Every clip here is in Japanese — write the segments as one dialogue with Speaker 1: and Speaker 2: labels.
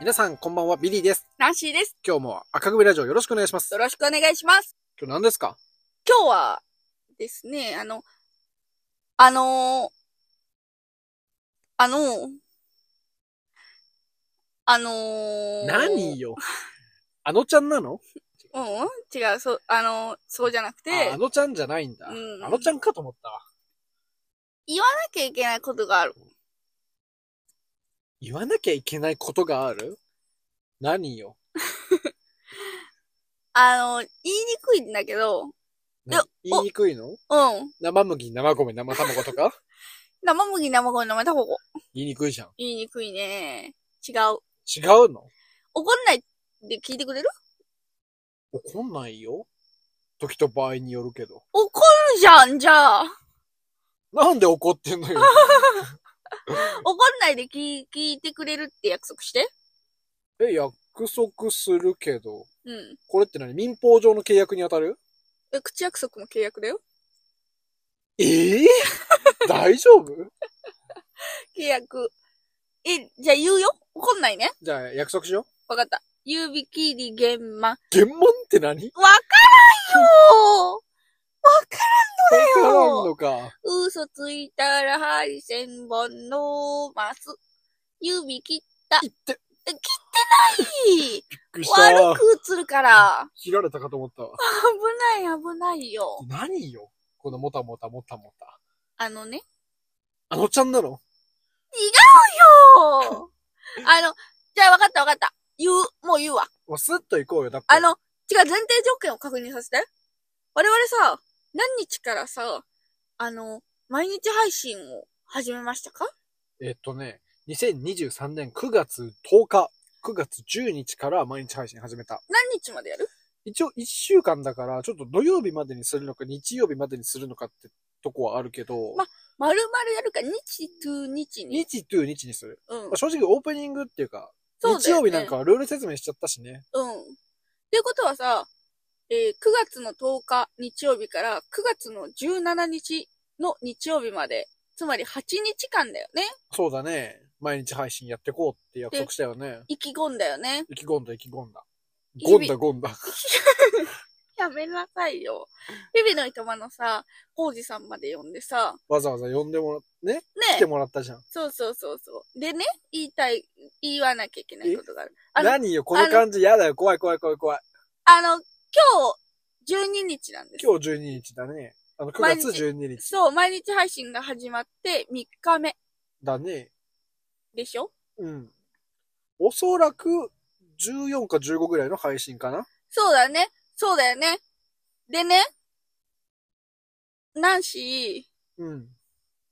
Speaker 1: 皆さん、こんばんは、ビリーです。
Speaker 2: ナンシーです。
Speaker 1: 今日も赤組ラジオよろしくお願いします
Speaker 2: よ。ろしくお願いします。
Speaker 1: 今日何ですか
Speaker 2: 今日はですね、あの、あのーあのーあのー
Speaker 1: 何よ。あのちゃんなの
Speaker 2: うんうん違う、そう、あのーそうじゃなくて、
Speaker 1: ああのちゃんじゃないんだ。
Speaker 2: うん
Speaker 1: あのちゃんかと思ったわ。
Speaker 2: なきゃいけないことがある。
Speaker 1: 言わなきゃいけないことがある何よ。
Speaker 2: あのー言いにくいんだけど、うん。いや
Speaker 1: 言いにくいの生麦、生米、生卵と か
Speaker 2: 生麦、生米、生卵。
Speaker 1: 言いにくいじゃん。
Speaker 2: 言いにくいね。違う。
Speaker 1: 違うの
Speaker 2: 怒んないで聞いてくれる
Speaker 1: 怒んないよ。時と場合によるけど。
Speaker 2: 怒るじゃん、じゃあ。
Speaker 1: なんで怒ってんの よ。
Speaker 2: 怒んないで聞い聞いてくれるって約束して。
Speaker 1: え、約束するけど。
Speaker 2: うん。
Speaker 1: これって何民法上の契約に当たる
Speaker 2: え、口約束も契約だよ。
Speaker 1: ええ大丈夫
Speaker 2: 契約。え、じゃあ言うよ怒んないね
Speaker 1: じゃあ約束しよう。
Speaker 2: わかった。指切り玄魔。わ
Speaker 1: 原文って何
Speaker 2: からんよ
Speaker 1: わか
Speaker 2: よ
Speaker 1: らんのか。
Speaker 2: ー嘘ついたら針千本のマス。指切っ
Speaker 1: 言って、
Speaker 2: い
Speaker 1: びっくりした
Speaker 2: 悪。く映るから。
Speaker 1: 切られたかと思ったわ。
Speaker 2: 危ない危ないよ。
Speaker 1: 何よこのもたもたもたもた。
Speaker 2: あの ね。
Speaker 1: あのちゃんなの
Speaker 2: よーあの、じゃあわかったわかった。言う。もう言うわ。
Speaker 1: もうスッと行こうよ。だって。
Speaker 2: あの、違う、前提条件を確認させて。我々さ、何日からさ、あの、毎日配信を始めましたか
Speaker 1: えっとね、2023年9月10日、9月10日から毎日配信始めた。
Speaker 2: 何日までやる
Speaker 1: 一応1週間だから、ちょっと土曜日までにするのか、日曜日までにするのかってとこはあるけど、
Speaker 2: ま丸々やるか、日と日に。
Speaker 1: 日と日にする。
Speaker 2: うん
Speaker 1: まあ。正直オープニングっていうか、
Speaker 2: そうだ
Speaker 1: 日
Speaker 2: よ
Speaker 1: 曜
Speaker 2: ね
Speaker 1: 日なんか。はルール説明しちゃったしね。
Speaker 2: うん。っていうことはさ、えー9月の10日日曜日から9月の17日の日曜日まで、つまり8日間だよね。
Speaker 1: そうだね。毎日配信やってこうって約束したよね。
Speaker 2: 意気込んだよね。
Speaker 1: 意気込んだ意気込んだ。
Speaker 2: 日
Speaker 1: ゴ
Speaker 2: 々
Speaker 1: ンだゴンだ。
Speaker 2: やめなさいよ。日々の暇のさ、王子さんまで呼んでさ、
Speaker 1: わざわざ呼んでもらっね、
Speaker 2: ね
Speaker 1: 来てもらったじゃん。
Speaker 2: そうそうそうそう。でね、言いたい、言わなきゃいけないことがある。あの、
Speaker 1: 何よ、この感じやだよ。怖い怖い怖い怖い。
Speaker 2: あの、今日12日なんです。
Speaker 1: 今日12日だね。あの、9
Speaker 2: 毎
Speaker 1: 月
Speaker 2: 日
Speaker 1: 12日
Speaker 2: そう、毎日配信が始まって3日目
Speaker 1: だね。
Speaker 2: でしょ
Speaker 1: うん。おそらく14か15ぐらいの配信かな。
Speaker 2: そうだね。そうだよね。でね、ナンシ
Speaker 1: うん。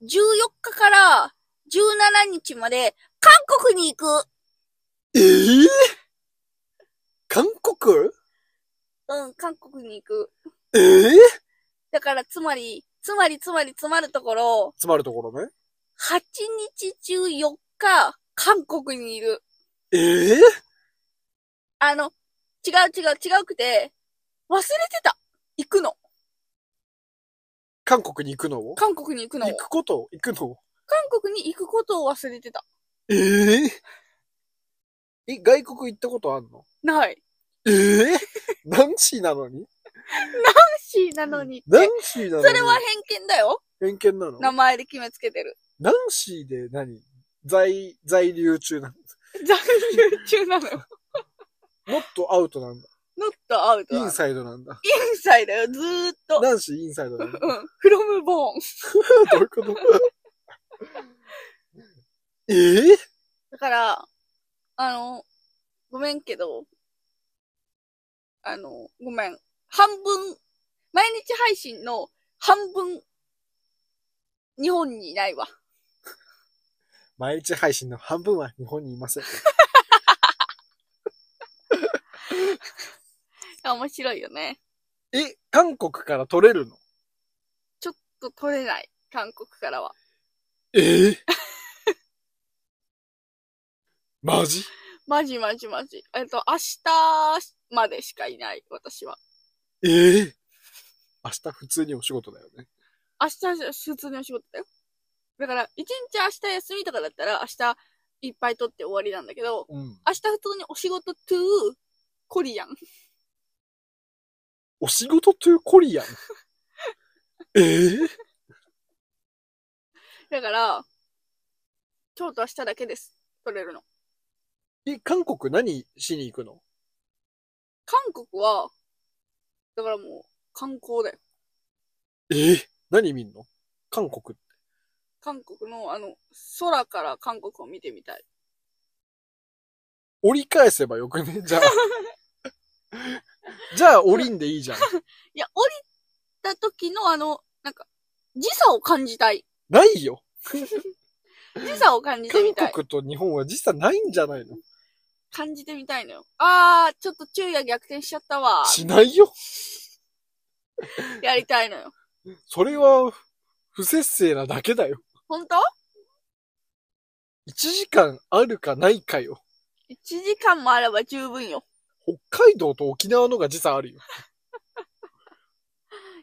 Speaker 2: ー、14日から17日まで韓国に行く。
Speaker 1: ええ韓国
Speaker 2: うん、韓国に行く。
Speaker 1: ええ
Speaker 2: だから、つまり、つまりつまりつまるところ、
Speaker 1: つまるところね。
Speaker 2: 8日中4日、韓国にいる。
Speaker 1: ええ
Speaker 2: あの、違う違う違うくて、忘れてた。行くの。
Speaker 1: 韓国に行くのを
Speaker 2: 韓国に行くのを
Speaker 1: 行。くことを行くのを
Speaker 2: 韓国に行くことを忘れてた。
Speaker 1: ええ え、外国行ったことあんの
Speaker 2: ない。
Speaker 1: ええ ナンシーなのに
Speaker 2: シーなのにって。
Speaker 1: ナンシーなの
Speaker 2: そ
Speaker 1: に
Speaker 2: れは偏見だよ。
Speaker 1: 偏見なの
Speaker 2: 名前で決めつけてる。
Speaker 1: ナンシーで何在、在留中な
Speaker 2: 残留中なのよ。
Speaker 1: のもっとアウトなんだ。
Speaker 2: ノットアウト。イ
Speaker 1: イン
Speaker 2: ン
Speaker 1: サイドなんだ。
Speaker 2: サイだよ、ずーっと。
Speaker 1: ナンシーインサイドなんだ。
Speaker 2: うん。フロムボーン。
Speaker 1: どういうこと ええ
Speaker 2: だから、あの、ごめんけど、あの、ごめん。半分、毎日配信の半分、日本にいないわ。
Speaker 1: 毎日配信の半分は日本にいま せん。
Speaker 2: あ面白いよね。
Speaker 1: え、韓国から取れるの
Speaker 2: ちょっと取れない。韓国からは。
Speaker 1: ええ マジ
Speaker 2: マジマジマジ。えっと、明日までしかいない、私は。
Speaker 1: ええ明日普通にお仕事だよね。
Speaker 2: 明日、普通のお仕事だよ。だから、一日明日休みとかだったら、明日、いっぱい撮って終わりなんだけど、
Speaker 1: うん。
Speaker 2: 明日普通にお仕事 to コリアン。
Speaker 1: お仕事トゥーコリアン。 ええ
Speaker 2: だから、今日と明日だけです。撮れるの。
Speaker 1: え、韓国何しに行くの
Speaker 2: 韓国は、だからもう、観光だよ。
Speaker 1: ええ何見んの韓国。
Speaker 2: 韓国の、あの、空から韓国を見てみたい。
Speaker 1: 折り返せばよくね じゃあ。じゃあ、降りんでいいじゃん。
Speaker 2: いや、降りた時のあの、なんか、時差を感じたい。
Speaker 1: ないよ。
Speaker 2: 時差を感じてみた
Speaker 1: 韓
Speaker 2: い。
Speaker 1: 国と日本は実際ないんじゃないの
Speaker 2: 感じてみたいのよ。あー、ちょっと昼夜逆転しちゃったわ。
Speaker 1: しないよ。
Speaker 2: やりたいのよ。
Speaker 1: それは、不節制なだけだよ。
Speaker 2: 本当
Speaker 1: 1時間あるかないかよ。
Speaker 2: ?1 時間もあれば十分よ。
Speaker 1: 北海道と沖縄のが時差あるよ。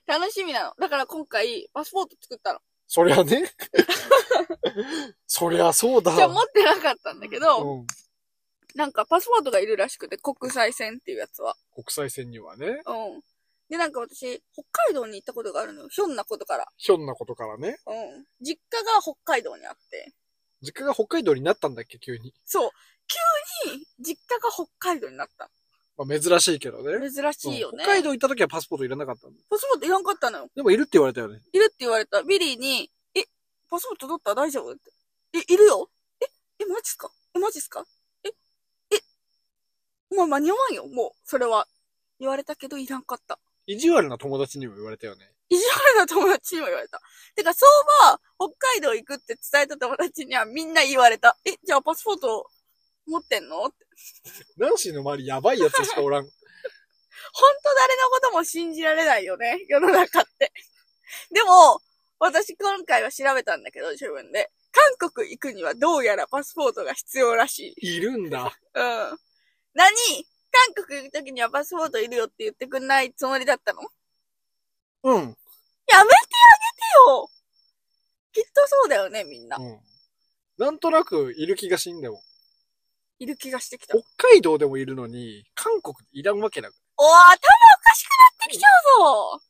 Speaker 2: 楽しみなの。だから今回、パスポート作ったの。
Speaker 1: そりゃね。そりゃそうだ。
Speaker 2: じゃあ持ってなかったんだけど、
Speaker 1: うん、
Speaker 2: なんかパスポートがいるらしくて、国際線っていうやつは。
Speaker 1: 国際線にはね、
Speaker 2: うん。で、なんか私、北海道に行ったことがあるのよ。ひょんなことから。
Speaker 1: ひょんなことからね。
Speaker 2: うん。実家が北海道にあって。
Speaker 1: 実家が北海道になったんだっけ、急に。
Speaker 2: そう。急に、実家が北海道になった。
Speaker 1: まあ、珍しいけどね。
Speaker 2: 珍しいよ
Speaker 1: うん
Speaker 2: ね。
Speaker 1: 北海道行った時はパスポートいらなかったんだ。
Speaker 2: パスポートいらんかったのよ。
Speaker 1: でもいるって言われたよね。
Speaker 2: いるって言われた。ビリーに、え、パスポート取った大丈夫って。え、いるよえ、え、マジっすかえ、マジっすかえ、え、まあ間に合わんよ、もう、それは。言われたけど、いらんかった。
Speaker 1: 意地悪な友達にも言われたよね。
Speaker 2: 意地悪な友達にも言われた。てか、そうは、北海道行くって伝えた友達にはみんな言われた。え、じゃあパスポート持ってんのって。
Speaker 1: ナンシーの周りやばいやつしかお らん。
Speaker 2: ほんと誰のことも信じられないよね、 世の中って。でも、私今回は調べたんだけど、自分で。韓国行くにはどうやらパスポートが必要らしい。
Speaker 1: いるんだ。
Speaker 2: うん。何韓国行く時にはパスポートいるよって言ってくんないつもりだったの
Speaker 1: うん。
Speaker 2: やめてあげてよきっとそうだよね、みんな
Speaker 1: う。ん。なんとなくいる気がしんでも。
Speaker 2: いる気がしてきた。おー、
Speaker 1: 北海道でもいるのに、韓国いらんわけだか。
Speaker 2: 頭おかしくなってきちゃうぞ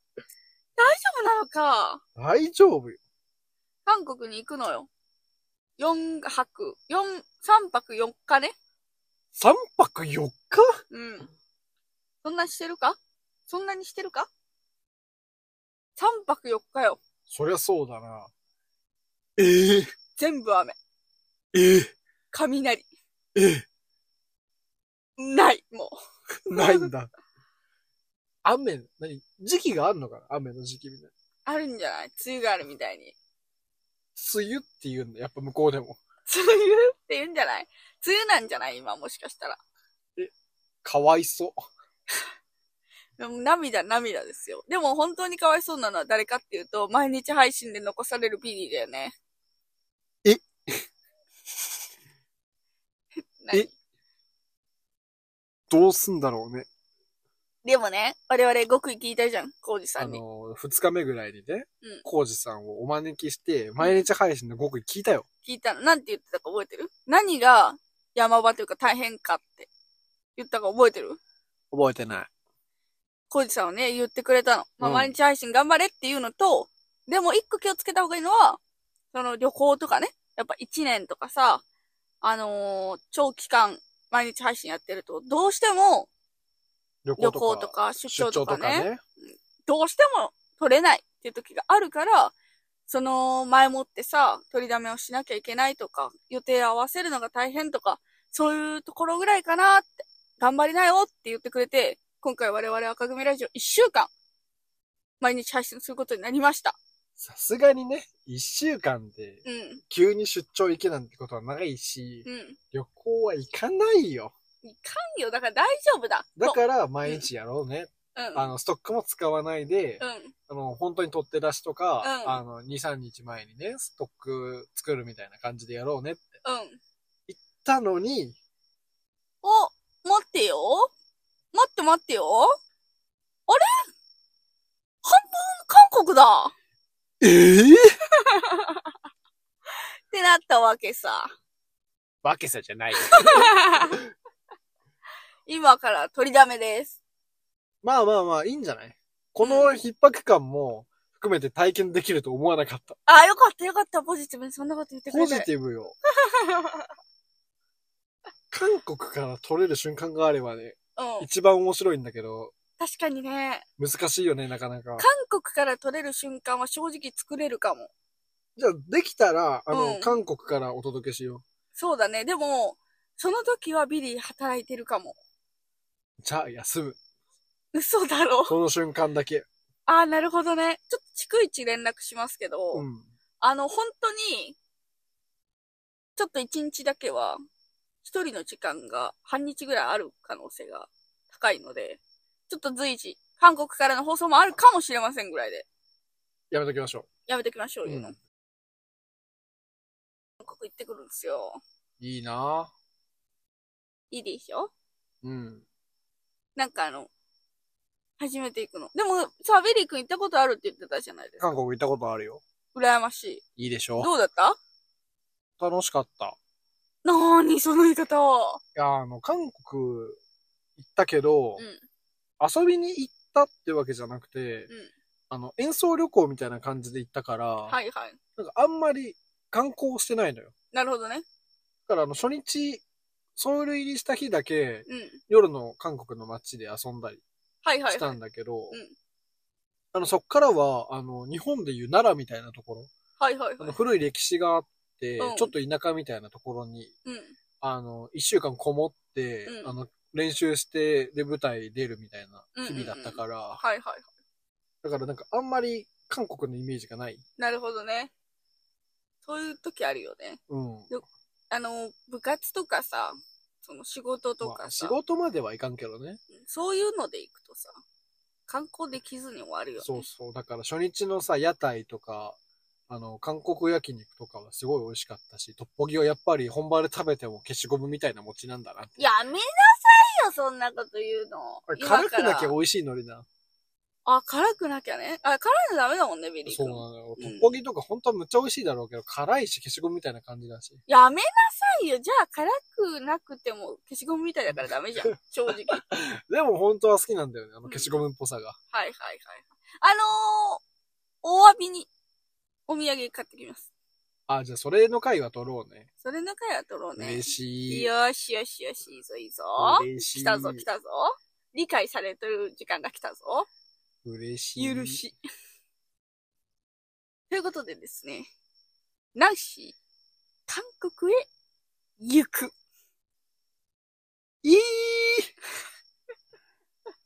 Speaker 2: 大丈夫なのから
Speaker 1: 大丈夫よ。
Speaker 2: 韓国に行くのよ。4泊、4、3泊4日ね。
Speaker 1: 3泊4日
Speaker 2: うん。そんなしてるかそんなにしてるか ?3 泊4日よ。
Speaker 1: そりゃそうだな。ええ
Speaker 2: 全部雨。
Speaker 1: ええ
Speaker 2: 雷。
Speaker 1: ええ
Speaker 2: ない、もう。
Speaker 1: ないんだ。雨、何時期があるのかな雨の時期みたいな。
Speaker 2: あるんじゃない梅雨があるみたいに。
Speaker 1: 梅雨っていうんだ、やっぱ向こうでも。
Speaker 2: 梅雨って言うんじゃない梅雨なんじゃない今、もしかしたら。
Speaker 1: かわいそう。
Speaker 2: でも涙、涙ですよ。でも本当にかわいそうなのは誰かっていうと、毎日配信で残されるビリーだよね。
Speaker 1: え
Speaker 2: 何
Speaker 1: えどうすんだろうね。
Speaker 2: でもね、我々極意聞いたじゃん、コウジさ
Speaker 1: あ
Speaker 2: んに。
Speaker 1: の、二日目ぐらいにね
Speaker 2: うん、
Speaker 1: コウジさんをお招きして、毎日配信の極意聞いたよ。
Speaker 2: 聞いたの。なんて言ってたか覚えてる何が山場というか大変かって言ったか覚えてる
Speaker 1: 覚えてない。コ
Speaker 2: コウジさんはね、言ってくれたの。まあ、
Speaker 1: うん
Speaker 2: 毎日配信頑張れっていうのと、でも一個気をつけた方がいいのは、その旅行とかね、やっぱ一年とかさ、あのー長期間毎日配信やってると、どうしても
Speaker 1: 旅行
Speaker 2: 旅
Speaker 1: と
Speaker 2: 行
Speaker 1: か、
Speaker 2: とか出
Speaker 1: 出張
Speaker 2: 張
Speaker 1: と
Speaker 2: とか
Speaker 1: か
Speaker 2: ね、
Speaker 1: ね。
Speaker 2: どうしても取れないっていう時があるから、その前もってさ、取りだめをしなきゃいけないとか、予定合わせるのが大変とか、そういうところぐらいかなって、頑張りなよって言ってくれて、今回我々赤組ラジオ1週間、毎日配信することになりました。
Speaker 1: さすがにね、一週間で
Speaker 2: うん、
Speaker 1: 急に出張行けなんてことはないし、
Speaker 2: うん。
Speaker 1: 旅行は行かないよ。
Speaker 2: いかんよ、だから大丈夫だ。
Speaker 1: だから毎日やろうね。
Speaker 2: ら、うん、
Speaker 1: あの、ストックも使わないで、
Speaker 2: うん、
Speaker 1: あの、本当に取って出しとか、
Speaker 2: うん
Speaker 1: あの、2、3日前にね、ストック作るみたいな感じでやろうねって
Speaker 2: うん。
Speaker 1: 言ったのに、
Speaker 2: お、待ってよ。待って待ってよ。あれ半分韓国だ。
Speaker 1: ええ
Speaker 2: ってなったわけさ。
Speaker 1: バケさじゃないよ。
Speaker 2: 今から取りだめです。
Speaker 1: まあまあまあ、いいんじゃないこの逼迫感も含めて体験できると思わなかった。
Speaker 2: あ、よかったよかった、ポジティブにそんなこと言ってく
Speaker 1: ポ
Speaker 2: れ
Speaker 1: ジ
Speaker 2: て。
Speaker 1: ティブ よ。韓国から撮れる瞬間があればね、
Speaker 2: うん。
Speaker 1: 一番面白いんだけど、
Speaker 2: 確かにね、
Speaker 1: 難しいよね、なかなか。
Speaker 2: 韓国から取れる瞬間は正直作れるかも。
Speaker 1: じゃあ、できたら、あの、
Speaker 2: うん
Speaker 1: 韓国からお届けしよ
Speaker 2: そうだね。でも、その時はビリー働いてるかも。
Speaker 1: う。じゃあ、休む。
Speaker 2: 嘘だろ。
Speaker 1: その瞬間だけ。
Speaker 2: ああ、なるほどね。ちょっと逐一連絡しますけど、
Speaker 1: うん。
Speaker 2: あの、本当に、ちょっと一日だけは、一人の時間が半日ぐらいある可能性が高いので、ちょっと随時、韓国からの放送もあるかもしれませんぐらいで、
Speaker 1: やめときましょ
Speaker 2: やめときましょう、
Speaker 1: う。う
Speaker 2: 言うの。
Speaker 1: ん。
Speaker 2: 韓国行ってくるんですよ。
Speaker 1: いいない
Speaker 2: いでしょ
Speaker 1: ぁうん。
Speaker 2: なんかあの、初めて行くの。でも、さ、ベリー君行ったことあるって言ってたじゃないですか。
Speaker 1: 韓国行ったことあるよ。
Speaker 2: 羨ましい。
Speaker 1: いいでしょ
Speaker 2: どうだった
Speaker 1: 楽しかった。
Speaker 2: なーに、その言い方は。
Speaker 1: いや、あの、韓国行ったけど、
Speaker 2: うん
Speaker 1: 遊びに行ったってわけじゃなくて、
Speaker 2: ん
Speaker 1: あの、演奏旅行みたいな感じで行ったから、
Speaker 2: はいはい。
Speaker 1: なんかあんまり観光してないのよ。
Speaker 2: なるほどね。
Speaker 1: だから、あの、初日、ソウル入りした日だけ、
Speaker 2: うん。
Speaker 1: 夜の韓国の街で遊んだり
Speaker 2: はいはい、
Speaker 1: した
Speaker 2: はい。
Speaker 1: んだけど、
Speaker 2: うん
Speaker 1: あの、そっからは、あの、日本でいう奈良みたいなところ、
Speaker 2: はいはい
Speaker 1: あ
Speaker 2: は
Speaker 1: の
Speaker 2: い。
Speaker 1: 古い歴史があって、
Speaker 2: うん
Speaker 1: ちょっと田舎みたいなところに
Speaker 2: うん。
Speaker 1: あの、一週間こもって、
Speaker 2: うん
Speaker 1: あの、練習して、で、舞台出るみたいな
Speaker 2: うんうんう
Speaker 1: 日
Speaker 2: ん
Speaker 1: 々だったから、
Speaker 2: はいはい。
Speaker 1: だからなんかあんまり韓国のイメージがない。
Speaker 2: なるほどね。そういう時あるよね。
Speaker 1: うん。
Speaker 2: あの、部活とかさ、その仕事と
Speaker 1: まあ
Speaker 2: かさ、
Speaker 1: 仕事まではいかんけどね。
Speaker 2: そういうので行くとさ、観光できずに終わるよね。
Speaker 1: そうそう。だから初日のさ、屋台とか、あの、韓国焼肉とかはすごい美味しかったし、トッポギはやっぱり本場で食べても消しゴムみたいな餅なんだなって。
Speaker 2: やめなさいよ、そんなこと言うの
Speaker 1: あれ。
Speaker 2: 今
Speaker 1: 辛
Speaker 2: か
Speaker 1: く
Speaker 2: ら
Speaker 1: なきゃ美味しいのにな。
Speaker 2: あ、辛くなきゃね。あ、辛いのダメだもんね、ビリー
Speaker 1: そう
Speaker 2: 君
Speaker 1: な。のよ。
Speaker 2: うん
Speaker 1: トッポギとか本当はむっちゃ美味しいだろうけど、辛いし消しゴムみたいな感じだし。
Speaker 2: やめなさいよ。じゃあ、辛くなくても消しゴムみたいだからダメじゃ ん。正直。はい
Speaker 1: でも本当は好きなんだよね、あの
Speaker 2: うん
Speaker 1: 消しゴムっぽさが。
Speaker 2: はいはい。あのー、お詫びに、お土産買ってきます。
Speaker 1: あ、じゃあそれの回は取ろうね。
Speaker 2: それの回は取ろうね。
Speaker 1: 嬉しい。
Speaker 2: よしよしよし、いいぞいいぞ。
Speaker 1: 嬉しい。
Speaker 2: 来たぞ来たぞ。理解されてる時間が来たぞ。
Speaker 1: 嬉しい。
Speaker 2: 許し。 ということでですね、ナンシー、韓国へ行く。
Speaker 1: いい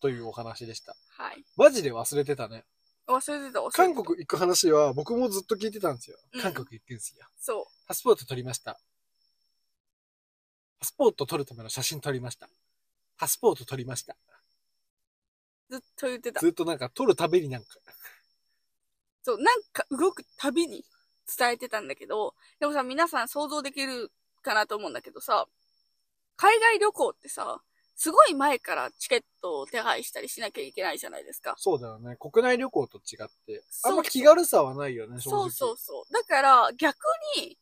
Speaker 1: というお話でした。
Speaker 2: はい。
Speaker 1: マジで忘れてたね。
Speaker 2: 忘れてた、忘れてた。
Speaker 1: 韓国行く話は僕もずっと聞いてたんですよ。
Speaker 2: うん
Speaker 1: 韓国行くんですよ。
Speaker 2: そう。
Speaker 1: パスポート取りました。パスポート取るための写真撮りました。パスポート取りました。
Speaker 2: ずっと言ってた。
Speaker 1: ずっとなんか撮るたびになんか。
Speaker 2: そう、なんか動くたびに伝えてたんだけど、でもさ、皆さん想像できるかなと思うんだけどさ、海外旅行ってさ、すごい前からチケットを手配したりしなきゃいけないじゃないですか。
Speaker 1: そうだよね。国内旅行と違って。あ
Speaker 2: そうん
Speaker 1: ま気軽さはないよね、正直。
Speaker 2: そうそうそう。だから逆に、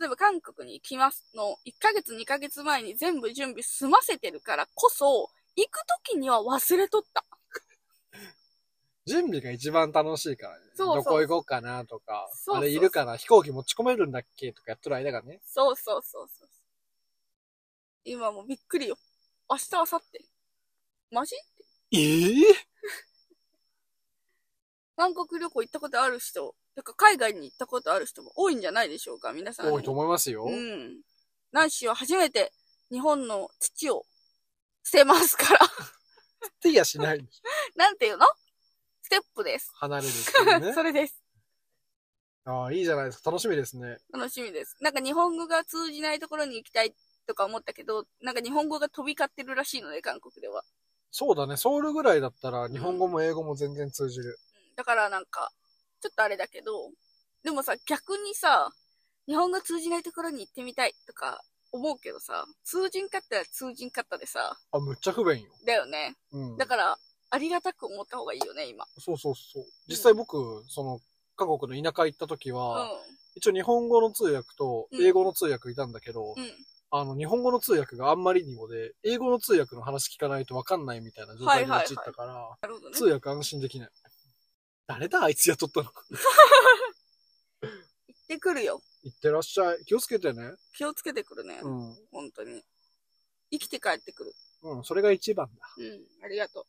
Speaker 2: 例えば韓国に行きますの、1ヶ月2ヶ月前に全部準備済ませてるからこそ、行く時には忘れとった。
Speaker 1: 準備が一番楽しいからね。
Speaker 2: そうそう
Speaker 1: どこ行こうかなとか、
Speaker 2: そうそう
Speaker 1: あれいるかな、飛行機持ち込めるんだっけとかやってる間がね。
Speaker 2: そうそうそうそう。今もうびっくりよ。明日、明後日。マジ
Speaker 1: ええ
Speaker 2: 韓国旅行行ったことある人、だから海外に行ったことある人も多いんじゃないでしょうか、皆さん。
Speaker 1: 多いと思いますよ。
Speaker 2: うん。ナンシーは初めて日本の土を捨てますから。
Speaker 1: 手やしない。
Speaker 2: なんていうのステップです。
Speaker 1: 離れるっていう
Speaker 2: そ
Speaker 1: ね。
Speaker 2: れです。
Speaker 1: ああ、いいじゃないですか。楽しみですね。
Speaker 2: 楽しみです。なんか日本語が通じないところに行きたいとか思ったけど、なんか日本語が飛び交ってるらしいので、韓国では。
Speaker 1: そうだね。ソウルぐらいだったら、日本語も英語も全然通じる。
Speaker 2: うんだからなんか、ちょっとあれだけど、でもさ、逆にさ、日本語通じないところに行ってみたいとか思うけどさ、通じんかったら通じんかったでさ、
Speaker 1: あ、むっちゃ不便よ。
Speaker 2: だよね。
Speaker 1: うん。
Speaker 2: だから、ありがたく思った方がいいよね、今。
Speaker 1: そうそうそう。実際僕、その、韓国の田舎行った時
Speaker 2: う
Speaker 1: は、一応日本語の通訳と
Speaker 2: うん
Speaker 1: 英語の通訳いたんだけど、
Speaker 2: ん。うん。
Speaker 1: あの、日本語の通訳があんまりにもで、英語の通訳の話聞かないとわかんないみたいな状態に
Speaker 2: はいはいはい
Speaker 1: 陥ったから、
Speaker 2: なるほどね
Speaker 1: 通。訳安心できない。誰だあいつ雇ったの。
Speaker 2: 行ってくるよ。
Speaker 1: 行ってらっしゃい。気をつけてね。
Speaker 2: 気をつけてくるね。
Speaker 1: うん。
Speaker 2: 本当に。生きて帰ってくる。
Speaker 1: うん、それが一番だ。
Speaker 2: うん。ありがとう。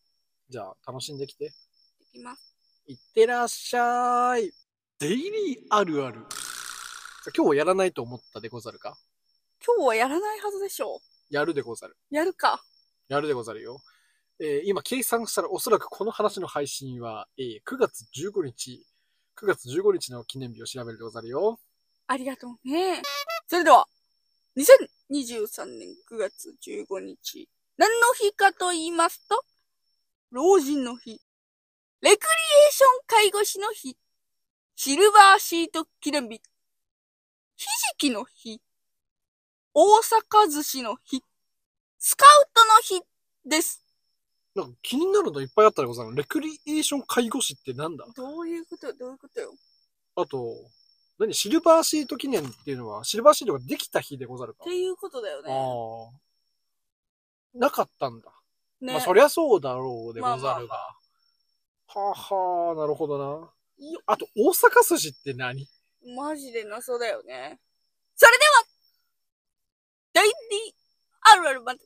Speaker 1: じゃあ、楽しんできて。
Speaker 2: 行きます。
Speaker 1: 行ってらっしゃい。デイリーあるある。さあ今日やらないと思ったでござるか
Speaker 2: 今日はやらないはずでしょ
Speaker 1: やるでござる。
Speaker 2: う。やるか。
Speaker 1: やるでござるよ。えー今計算したらおそらくこの話の配信は、えー9月15日、9月15日の記念日を調べるでござるよ。
Speaker 2: ありがとうね。それでは、2023年9月15日。何の日かと言いますと、老人の日。レクリエーション介護士の日。シルバーシート記念日。ひじきの日。大阪寿司の日。スカウトの日です。
Speaker 1: なんか気になるのいっぱいあったでござる。レクリエーション介護士ってなんだ
Speaker 2: どういうことどういうことよ。
Speaker 1: あと、何シルバーシート記念っていうのは、シルバーシートができた日でござるか
Speaker 2: っ。ていうことだよ
Speaker 1: あ
Speaker 2: ね。
Speaker 1: あ。なかったんだ。
Speaker 2: ね。
Speaker 1: まあそりゃそうだろうでござるが。
Speaker 2: まあまあま
Speaker 1: はあはあ、なるほどな。
Speaker 2: いいよ
Speaker 1: あと、大阪筋って何
Speaker 2: マジで謎だよね。それでは、大理あるあるまで、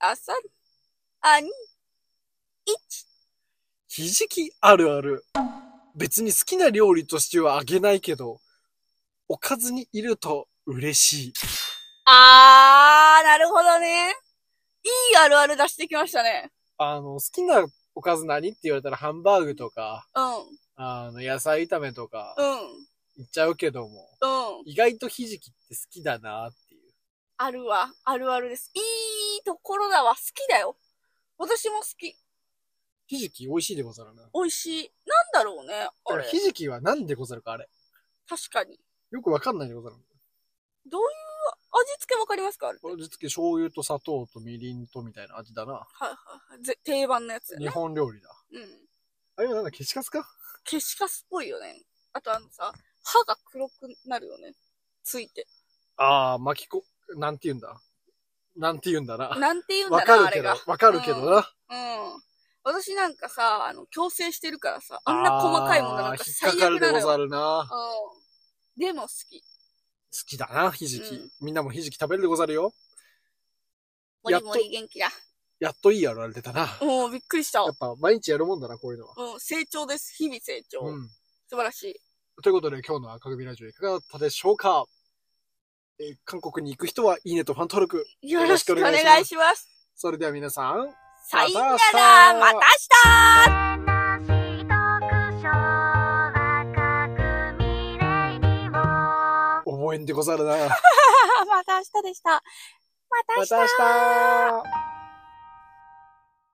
Speaker 2: あさ、あに、いち、
Speaker 1: ひじきあるある。別に好きな料理としてはあげないけど、おかずにいると嬉しい。
Speaker 2: あー、なるほどね。いいあるある出してきましたね。
Speaker 1: あの、好きなおかず何って言われたらハンバーグとか、
Speaker 2: うん、
Speaker 1: あの、野菜炒めとか
Speaker 2: うん、
Speaker 1: 言っちゃうけども、
Speaker 2: うん。
Speaker 1: 意外とひじきって好きだなっていう。
Speaker 2: あるわ、あるあるです。いいところだわ、好きだよ。私も好き。
Speaker 1: ひじき美味しいでござるな。
Speaker 2: 美味しい。なんだろうね、あれ。
Speaker 1: ひじきは何でござるかあれ。
Speaker 2: 確かに。
Speaker 1: よくわかんないでござる。
Speaker 2: どういう味付けわかりますかあれって。はい
Speaker 1: 味付け醤油と砂糖とみりんとみたいな味だな。
Speaker 2: はいはい。ぜ定番のやつだ
Speaker 1: 日
Speaker 2: ね。
Speaker 1: 本料理だ。
Speaker 2: うん。
Speaker 1: あれはなんだ、消しカスか
Speaker 2: 消しカスっぽいよね。あとあのさ、歯が黒くなるよね。ついて。
Speaker 1: ああ、巻きこ、なんて言うんだ。なんて言うんだな。
Speaker 2: なんて言うん
Speaker 1: わ
Speaker 2: だ
Speaker 1: か
Speaker 2: な、あ
Speaker 1: るけ
Speaker 2: れ
Speaker 1: ど
Speaker 2: が。、
Speaker 1: わかるけどな。
Speaker 2: うん。私なんかさ、あの、矯正してるからさ、あんな細かいものなんか最
Speaker 1: あー引っかかるで
Speaker 2: 悪なの
Speaker 1: ござ
Speaker 2: よ。
Speaker 1: るな。好
Speaker 2: うん。でも好き。
Speaker 1: きだな、ひじき。
Speaker 2: うん
Speaker 1: みんなもひじき食べるでござるよ。
Speaker 2: もりもり元気だ。
Speaker 1: やっといいやられてたな。や
Speaker 2: もうびっくりした。う
Speaker 1: っぱ毎日やるもんだな、こういうのは。
Speaker 2: ん、成長です。日々成長。
Speaker 1: うん。
Speaker 2: 素晴らしい。
Speaker 1: ということで、今日の赤組ラジオいかがだったでしょうかえー韓国に行く人は、いいねとファン登録。
Speaker 2: よろしくお願いします。
Speaker 1: それでは皆さん、
Speaker 2: さいな
Speaker 1: また
Speaker 2: ら、
Speaker 1: 明日
Speaker 2: また明
Speaker 3: 「
Speaker 2: 日
Speaker 3: 特賞は各未来にも」
Speaker 1: 応援でござるな。ま
Speaker 2: また明日でした。また明日
Speaker 1: た明日